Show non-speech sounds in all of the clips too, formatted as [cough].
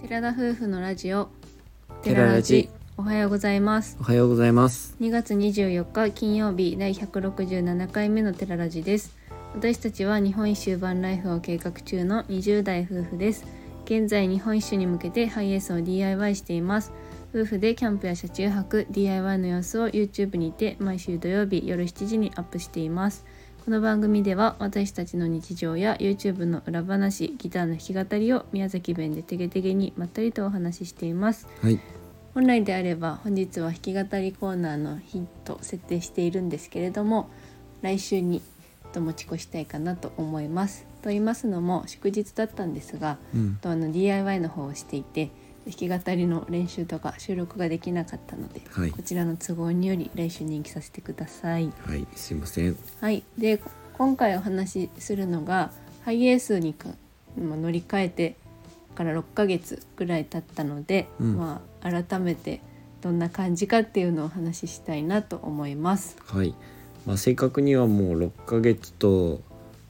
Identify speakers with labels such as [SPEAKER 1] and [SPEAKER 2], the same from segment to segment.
[SPEAKER 1] 寺田夫婦のラジオ
[SPEAKER 2] 寺ラジ
[SPEAKER 1] おはようございます
[SPEAKER 2] おはようございます。
[SPEAKER 1] 2月24日金曜日第167回目の寺ラジです私たちは日本一周バンライフを計画中の20代夫婦です現在日本一周に向けてハイエースを DIY しています夫婦でキャンプや車中泊 DIY の様子を YouTube にて毎週土曜日夜7時にアップしていますこの番組では私たちの日常や YouTube の裏話ギターの弾き語りを宮崎弁でてげてげにまったりとお話ししています
[SPEAKER 2] はい。
[SPEAKER 1] 本来であれば本日は弾き語りコーナーの日と設定しているんですけれども来週にと持ち越したいかなと思います。と言いますのも祝日だったんですが、
[SPEAKER 2] うん
[SPEAKER 1] とあの DIY の方をしていて弾き語りの練習とか収録ができなかったので、
[SPEAKER 2] はい
[SPEAKER 1] こちらの都合により来週に延期させてください。
[SPEAKER 2] はい。すいません。
[SPEAKER 1] はい、で今回お話しするのがハイエースにかまあ乗り換えてから6ヶ月ぐらい経ったので、
[SPEAKER 2] うん
[SPEAKER 1] まあ、改めてどんな感じかっていうのをお話ししたいなと思います。
[SPEAKER 2] はい。まあ正確にはもう6ヶ月と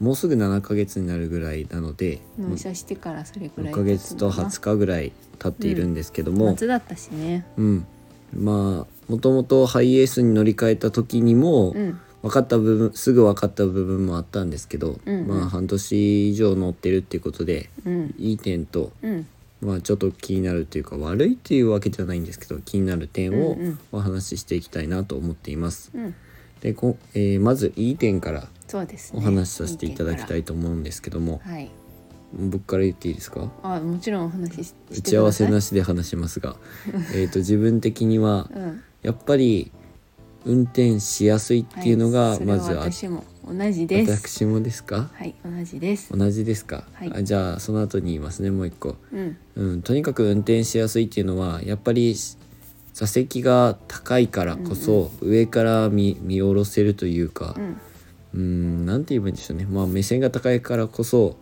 [SPEAKER 2] もうすぐ7ヶ月になるぐらいなので、
[SPEAKER 1] 納車してからそれぐら
[SPEAKER 2] 6
[SPEAKER 1] い
[SPEAKER 2] ヶ月と20日ぐらい経っているんですけども、
[SPEAKER 1] 夏だったしね。
[SPEAKER 2] うん。まあもともとハイエースに乗り換えた時にも
[SPEAKER 1] うん
[SPEAKER 2] 分かった部分すぐ分かった部分もあったんですけど、
[SPEAKER 1] うんうん
[SPEAKER 2] まあ半年以上乗ってるっていうことで
[SPEAKER 1] うん
[SPEAKER 2] いい点と
[SPEAKER 1] うん
[SPEAKER 2] まあちょっと気になるというか悪いっていうわけじゃないんですけど気になる点を
[SPEAKER 1] うんうん
[SPEAKER 2] お話ししていきたいなと思っています。
[SPEAKER 1] うん
[SPEAKER 2] でこ、えーまずいい点から
[SPEAKER 1] そうです、ね、
[SPEAKER 2] お話しさせていただきた
[SPEAKER 1] いい
[SPEAKER 2] いと思うんですけど
[SPEAKER 1] 点
[SPEAKER 2] も
[SPEAKER 1] からはい
[SPEAKER 2] 僕から言っていいですか
[SPEAKER 1] あもちろんお話しし
[SPEAKER 2] 打ち合わせな
[SPEAKER 1] し
[SPEAKER 2] しで話しますがえーと自分的には
[SPEAKER 1] てください、うん
[SPEAKER 2] やっぱり運転しやすいっていうの
[SPEAKER 1] は
[SPEAKER 2] が
[SPEAKER 1] それ
[SPEAKER 2] ま
[SPEAKER 1] は
[SPEAKER 2] ずあ、
[SPEAKER 1] 私も同じです。
[SPEAKER 2] 私もですか
[SPEAKER 1] はい同じです。
[SPEAKER 2] 同じですか、
[SPEAKER 1] はい
[SPEAKER 2] あじゃあその後に言いますねもう一個。
[SPEAKER 1] うん
[SPEAKER 2] うん、とにかく運転しやすいっていうのはやっぱりし座席が高いからこそ上から見見下ろせるというか
[SPEAKER 1] うん
[SPEAKER 2] うんなんて言えばいいんでしょうね、まあ、目線が高いからこそ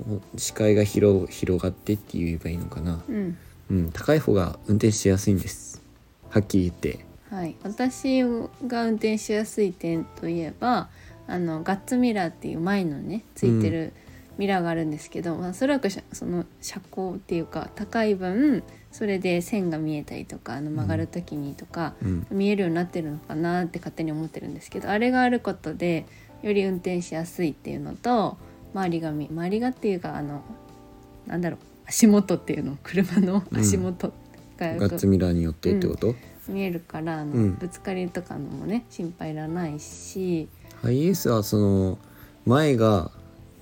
[SPEAKER 2] お視界が広広がってって言えばいいのかな、
[SPEAKER 1] うん
[SPEAKER 2] うん、高い方が運転しやすいんですはっきり言って
[SPEAKER 1] はい、私が運転しやすい点といえばあのガッツミラーっていう前のねついてるミラーがあるんですけど、まあ、おそらくしゃその車高っていうか高い分それで線が見えたりとかあの曲がる時にとか、
[SPEAKER 2] うん
[SPEAKER 1] 見えるようになってるのかなって勝手に思ってるんですけどあれがあることでより運転しやすいっていうのと周りが見周りがっていうかあのなんだろう足元っていうの車の足元がよく
[SPEAKER 2] ガッツミラーによってってこと、
[SPEAKER 1] 見えるからあの、
[SPEAKER 2] うん
[SPEAKER 1] ぶつかりとかのもね心配いらないし、
[SPEAKER 2] ハイエースはその前が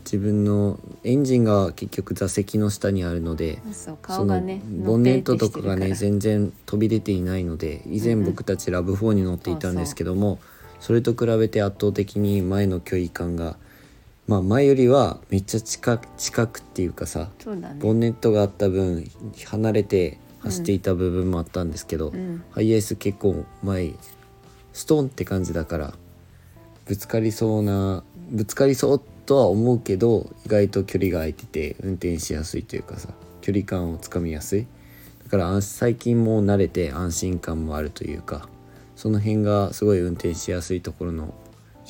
[SPEAKER 2] 自分のエンジンが結局座席の下にあるので、
[SPEAKER 1] そう顔がね
[SPEAKER 2] そのボンネット
[SPEAKER 1] の
[SPEAKER 2] と
[SPEAKER 1] っぺりし
[SPEAKER 2] か
[SPEAKER 1] てる
[SPEAKER 2] がね全然飛び出ていないので以前
[SPEAKER 1] うんうん
[SPEAKER 2] 僕たちラブ4に乗っていたんですけども、それと比べて圧倒的に前の距離感がまあ前よりはめっちゃ近く近くっていうかさ
[SPEAKER 1] そうだ
[SPEAKER 2] ボ
[SPEAKER 1] ね。
[SPEAKER 2] ンネットがあった分離れて走っていた部分もあったんですけど、
[SPEAKER 1] うん
[SPEAKER 2] ハイエース結構前ストンって感じだからぶつかりそうなぶつかりそうとは思うけど意外と距離が空いてて運転しやすいというかさ距離感をつかみやすいだからあ最近もう慣れて安心感もあるというかその辺がすごい運転しやすいところの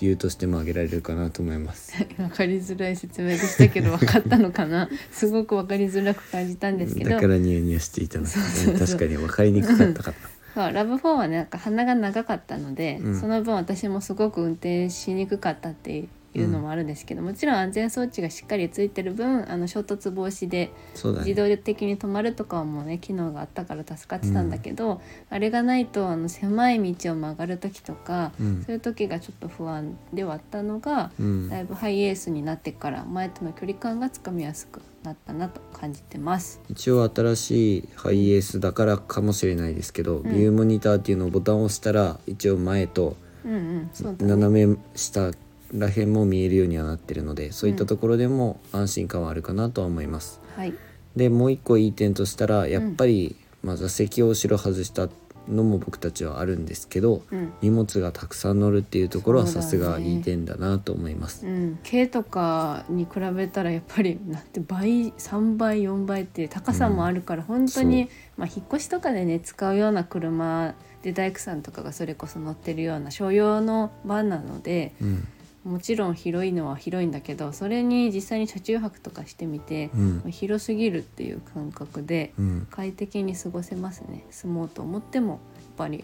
[SPEAKER 2] 理由としても挙げられるかなと思います。
[SPEAKER 1] わかりづらい説明でしたけど分かったのか
[SPEAKER 2] [laughs]
[SPEAKER 1] なすごく分かりづらく感じたんですけど
[SPEAKER 2] だからニヤニヤしていたの、確かに分かりにくかったかな。
[SPEAKER 1] そうラブフォーはねなんか鼻が長かったので、
[SPEAKER 2] うん
[SPEAKER 1] その分私もすごく運転しにくかったっていうのもあるんですけど、もちろん安全装置がしっかりついてる分あの衝突防止で
[SPEAKER 2] そうだね
[SPEAKER 1] 自動的に止まるとかもね機能があったから助かってたんだけど、あれがないとあの狭い道を曲がる時とか、
[SPEAKER 2] うん
[SPEAKER 1] そういう時がちょっと不安ではあったのが、
[SPEAKER 2] うん
[SPEAKER 1] だいぶハイエースになってから前との距離感がつかみやすくなったなと感じてます。
[SPEAKER 2] 一応新しいハイエースだからかもしれないですけど、ビューモニターっていうのをボタンを押したら一応前と
[SPEAKER 1] うんうん、そうだね
[SPEAKER 2] 斜め下らへんも見えるようにはなってるのでそういったところでも安心感はあるかなとは思います。
[SPEAKER 1] はい、
[SPEAKER 2] でもう一個いい点としたらやっぱり、まあ、座席を後ろ外したのも僕たちはあるんですけど、
[SPEAKER 1] うん
[SPEAKER 2] 荷物がたくさん乗るっていうところは
[SPEAKER 1] そう
[SPEAKER 2] さ
[SPEAKER 1] だね
[SPEAKER 2] すがいい点だなと思います。
[SPEAKER 1] うん、軽とかに比べたらやっぱりなんて倍3倍4倍って高さもあるから本当に、
[SPEAKER 2] そ
[SPEAKER 1] まあ、引っ越しとかでね使うような車で大工さんとかがそれこそ乗ってるような商用のバンなので、
[SPEAKER 2] うん
[SPEAKER 1] もちろん広いのは広いんだけどそれに実際に車中泊とかしてみて、
[SPEAKER 2] うん
[SPEAKER 1] 広すぎるっていう感覚で
[SPEAKER 2] うん
[SPEAKER 1] 快適に過ごせますね住もうと思ってもやっぱり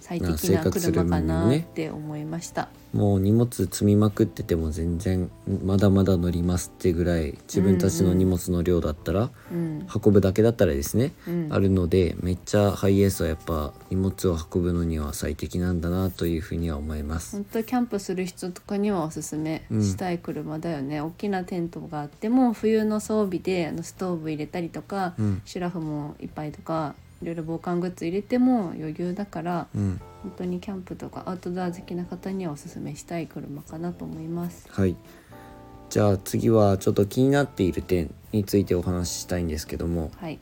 [SPEAKER 1] 最
[SPEAKER 2] まあ
[SPEAKER 1] 適
[SPEAKER 2] 生
[SPEAKER 1] な
[SPEAKER 2] 活する
[SPEAKER 1] 車か
[SPEAKER 2] 分の
[SPEAKER 1] なっ
[SPEAKER 2] ね
[SPEAKER 1] て思いました、
[SPEAKER 2] もう荷物積みまくってても全然まだまだ乗りますってぐらい自分たちの荷物の量だったら、
[SPEAKER 1] うん
[SPEAKER 2] 運ぶだけだったらですね、
[SPEAKER 1] うん、
[SPEAKER 2] あるのでめっちゃハイエースはやっぱ荷物を運ぶのには最適なんだなというふうには思います。
[SPEAKER 1] 本当キャンプする人とかにはおすすめしたい車だよね、大きなテントがあっても冬の装備であのストーブ入れたりとか、
[SPEAKER 2] うん
[SPEAKER 1] シュラフもいっぱいとかいろいろ防寒グッズ入れても余裕だから
[SPEAKER 2] うん、
[SPEAKER 1] 本当にキャンプとかアウトドア好きな方にはおすすめしたい車かなと思います。
[SPEAKER 2] はいじゃあ次はちょっと気になっている点についてお話ししたいんですけども、
[SPEAKER 1] はい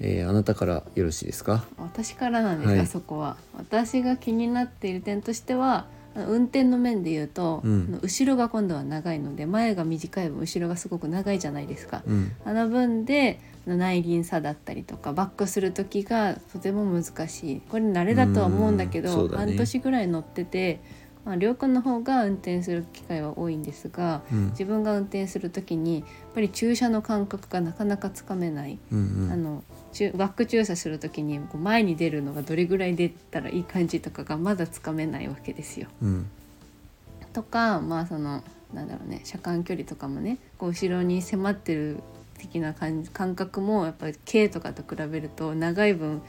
[SPEAKER 2] えーあなたからよろしいですか
[SPEAKER 1] 私からなんですが、
[SPEAKER 2] はい
[SPEAKER 1] そこは私が気になっている点としてはあの運転の面で言うと、
[SPEAKER 2] うん
[SPEAKER 1] あの後ろが今度は長いので前が短い分後ろがすごく長いじゃないですか、
[SPEAKER 2] うん
[SPEAKER 1] あの分であの内輪差だったりとかバックする時がとても難しいこれ慣れだとは思うんだけ
[SPEAKER 2] うん
[SPEAKER 1] ど、
[SPEAKER 2] そうだね
[SPEAKER 1] 半年ぐらい乗ってて、まあ、りょうくんの方が運転する機会は多いんですが
[SPEAKER 2] うん
[SPEAKER 1] 自分が運転する時にやっぱり駐車の感覚がなかなかつかめない、
[SPEAKER 2] うんう
[SPEAKER 1] あ
[SPEAKER 2] ん
[SPEAKER 1] の中バック駐車する時にこう前に出るのがどれぐらい出たらいい感じとかがまだつかめないわけですよ。
[SPEAKER 2] うん
[SPEAKER 1] とかまあそのなんだろうね車間距離とかもねこう後ろに迫ってる的な感じ感覚もやっぱり軽とかと比べると長い分なんか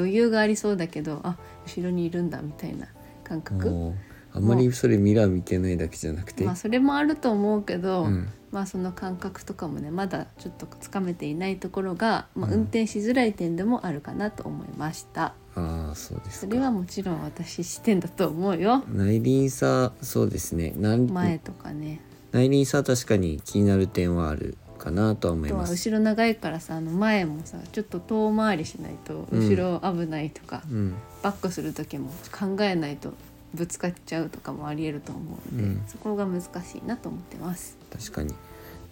[SPEAKER 1] 余裕がありそうだけどあ後ろにいるんだみたいな感覚。
[SPEAKER 2] もうあんまりそれミラー見てないだけじゃなくて、
[SPEAKER 1] まあそれもあると思うけど、
[SPEAKER 2] うん
[SPEAKER 1] まあその感覚とかもねまだちょっとつかめていないところが、まあ、
[SPEAKER 2] うん
[SPEAKER 1] 運転しづらい点でもあるかなと思いました、
[SPEAKER 2] ああそうです
[SPEAKER 1] そ
[SPEAKER 2] か
[SPEAKER 1] れはもちろん私視点だと思うよ
[SPEAKER 2] 内輪差そうですねなん
[SPEAKER 1] 前とかね
[SPEAKER 2] 内輪差は確かに気になる点はあるかなとは思
[SPEAKER 1] あ
[SPEAKER 2] い
[SPEAKER 1] とは
[SPEAKER 2] ます。
[SPEAKER 1] 後ろ長いからさあの前もさちょっと遠回りしないと
[SPEAKER 2] うん
[SPEAKER 1] 後ろ危ないとか、
[SPEAKER 2] うん、
[SPEAKER 1] バックする時も考えないとぶつかっちゃうとかもありえると思うんで、
[SPEAKER 2] うん
[SPEAKER 1] そこが難しいなと思ってます。
[SPEAKER 2] 確かに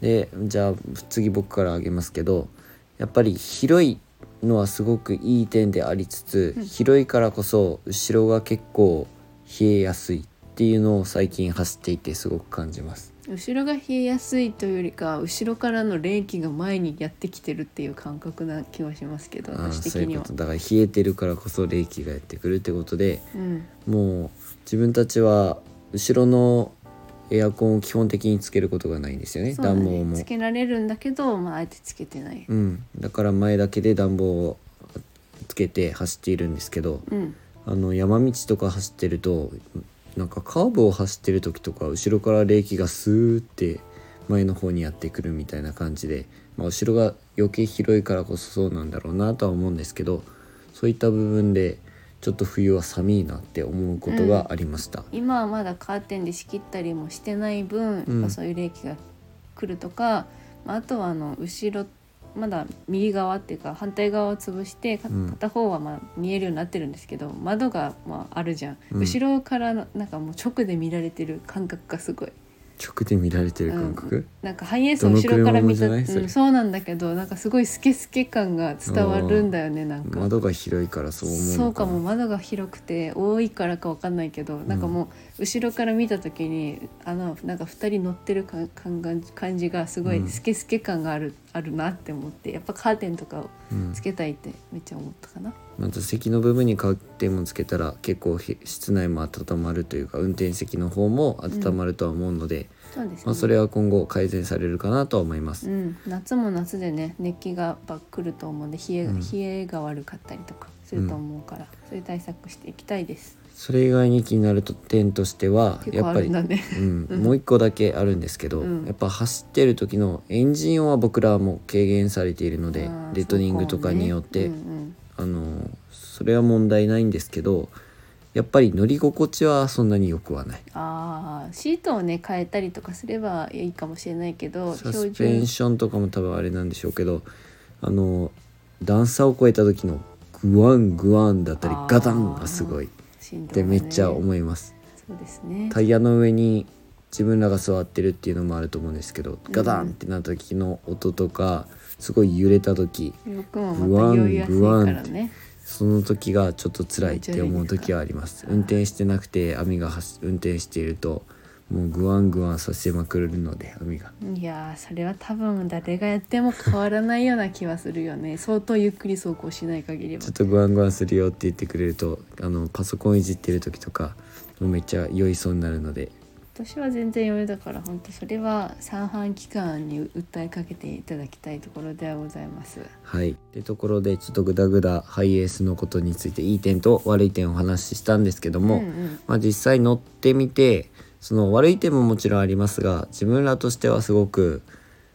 [SPEAKER 2] でじゃあ次僕からあげますけどやっぱり広いのはすごくいい点でありつつ、
[SPEAKER 1] うん
[SPEAKER 2] 広いからこそ後ろが結構冷えやすいっていうのを最近走っていてすごく感じます。
[SPEAKER 1] 後ろが冷えやすいというよりか後ろからの冷気が前にやってきてるっていう感覚な気はしますけど
[SPEAKER 2] あー
[SPEAKER 1] 私
[SPEAKER 2] そう
[SPEAKER 1] 的
[SPEAKER 2] い
[SPEAKER 1] に
[SPEAKER 2] う
[SPEAKER 1] は
[SPEAKER 2] こと。だから冷えてるからこそ冷気がやってくるってことで
[SPEAKER 1] うん
[SPEAKER 2] もう自分たちは後ろのエアコンを基本的につけることがないんですよね
[SPEAKER 1] そうだ
[SPEAKER 2] 暖房
[SPEAKER 1] ね
[SPEAKER 2] も
[SPEAKER 1] つ。けられるんだけど、まあ、あえてつけてない。
[SPEAKER 2] うん、だから前だけで暖房をつけて走っているんですけど
[SPEAKER 1] うん、
[SPEAKER 2] あの山道とか走ってるとなんかカーブを走ってる時とか後ろから冷気がスーって前の方にやってくるみたいな感じで、まあ、後ろが余計広いからこそそうなんだろうなとは思うんですけどそういった部分でちょっと冬は寒いなって思うことがありました。
[SPEAKER 1] 今はまだカーテンで仕切ったりもしてない分、
[SPEAKER 2] うん
[SPEAKER 1] やっぱそういう冷気が来るとか、まあ、あとはあの後ろまだ右側っていうか反対側を潰してか
[SPEAKER 2] うん
[SPEAKER 1] 片方はまあ見えるようになってるんですけど窓がまああるじゃん、
[SPEAKER 2] うん
[SPEAKER 1] 後ろからのなんかもう直で見られてる感覚がすごい。
[SPEAKER 2] 直で見られてる感
[SPEAKER 1] う
[SPEAKER 2] 覚
[SPEAKER 1] ん、なんかハイエースを後ろから見た
[SPEAKER 2] どの車もじゃないそれ
[SPEAKER 1] うんそうなんだけどなんかすごいスケスケ感が伝わるんだよねなんか
[SPEAKER 2] 窓が広いからそう思うの
[SPEAKER 1] そうかも窓が広くて多いからかわかんないけど、なんかもう後ろから見た時にあのなんか2人乗ってる感感が感じがすご
[SPEAKER 2] う
[SPEAKER 1] い
[SPEAKER 2] ん
[SPEAKER 1] スケスケ感がある,、あるなって思ってやっぱカーテンとかを
[SPEAKER 2] うん
[SPEAKER 1] つけたいってめっちゃ思ったかな。
[SPEAKER 2] まあ、座席の部分にカーテンもつけたら結構ひ室内も温まるというか運転席の方も温まるとは思うので、
[SPEAKER 1] そうですね、
[SPEAKER 2] まあ、それは今後改善されるかなとは思いま
[SPEAKER 1] う
[SPEAKER 2] す。
[SPEAKER 1] ん、夏も夏でね熱気がやっぱ来ると思うんで冷え,、
[SPEAKER 2] うん
[SPEAKER 1] 冷えが悪かったりとかすると思うから、そういう対策していきたいです。
[SPEAKER 2] それ以外に気になる点としては
[SPEAKER 1] 結
[SPEAKER 2] や
[SPEAKER 1] 構
[SPEAKER 2] っ
[SPEAKER 1] あ
[SPEAKER 2] ぱ
[SPEAKER 1] る
[SPEAKER 2] り、
[SPEAKER 1] んだね。
[SPEAKER 2] うん
[SPEAKER 1] うん
[SPEAKER 2] もう一個だけあるんですけど、
[SPEAKER 1] うん
[SPEAKER 2] やっぱ走ってる時のエンジン音は僕らはもう軽減されているの
[SPEAKER 1] [laughs]
[SPEAKER 2] で
[SPEAKER 1] あー
[SPEAKER 2] レトニングとかによって、
[SPEAKER 1] そうかもね
[SPEAKER 2] あのそれは問題ないんですけどやっぱり乗り心地はそんなに良くはない。
[SPEAKER 1] あーシートをね変えたりとかすればいいかもしれないけど
[SPEAKER 2] サ
[SPEAKER 1] 標
[SPEAKER 2] スペ
[SPEAKER 1] 準
[SPEAKER 2] ンションとかも多分あれなんでしょうけどあの段差を越えた時のグワングワンだったり
[SPEAKER 1] あー
[SPEAKER 2] ガタンがすごいっ
[SPEAKER 1] 振動
[SPEAKER 2] て
[SPEAKER 1] がね
[SPEAKER 2] めっちゃ思います、
[SPEAKER 1] そうですね
[SPEAKER 2] タイヤの上に自分らが座ってるっていうのもあると思うんですけどガタンってなった時の音とかすごい揺れた時
[SPEAKER 1] 僕もまた酔いやすいからね
[SPEAKER 2] その時がちょっと辛いって思う時はあります運転してなくて網が走運転しているともうグワングワンさせまくるので網が
[SPEAKER 1] いやーそれは多分誰がやっても変わらないような気はするよね相当ゆっくり走行しない限りは
[SPEAKER 2] ちょっとグワングワンするよって言ってくれるとあのパソコンいじってる時とかもうめっちゃ酔いそうになるので
[SPEAKER 1] 私は全然余裕だから本当それは三半規管に訴えかけていただきたいところではございます
[SPEAKER 2] はいってところでちょっとグダグダハイエースのことについていい点と悪い点をお話ししたんですけども、
[SPEAKER 1] んうん、
[SPEAKER 2] まあ、実際乗ってみてその悪い点ももちろんありますが自分らとしてはすごく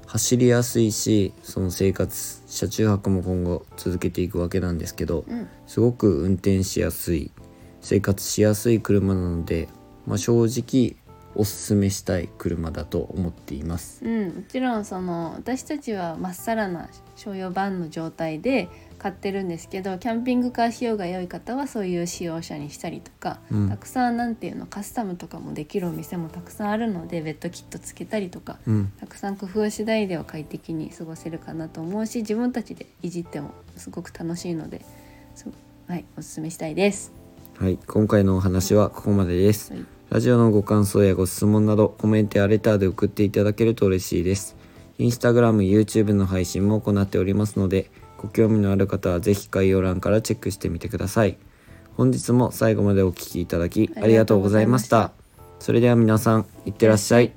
[SPEAKER 2] 走りやすいしその生活車中泊も今後続けていくわけなんですけど
[SPEAKER 1] うん、
[SPEAKER 2] すごく運転しやすい生活しやすい車なので、まあ、正直おすすめしたい車だと思っています。
[SPEAKER 1] うん、もちろんその私たちはまっさらな商用バンの状態で買ってるんですけどキャンピングカー仕様が良い方はそういう使用者にしたりとか、
[SPEAKER 2] うん
[SPEAKER 1] たくさんなんていうのカスタムとかもできるお店もたくさんあるのでベッドキットつけたりとか
[SPEAKER 2] うん、
[SPEAKER 1] たくさん工夫次第では快適に過ごせるかなと思うし自分たちでいじってもすごく楽しいのでそうはいおすすめしたいです。
[SPEAKER 2] はい今回のお話はここまでです。
[SPEAKER 1] はい
[SPEAKER 2] ラジオのご感想やご質問などコメントやレターで送っていただけると嬉しいです。インスタグラム、YouTube の配信も行っておりますので、ご興味のある方はぜひ概要欄からチェックしてみてください。本日も最後までお聴きいただきありがとうございました。それでは皆さん、いってらっしゃい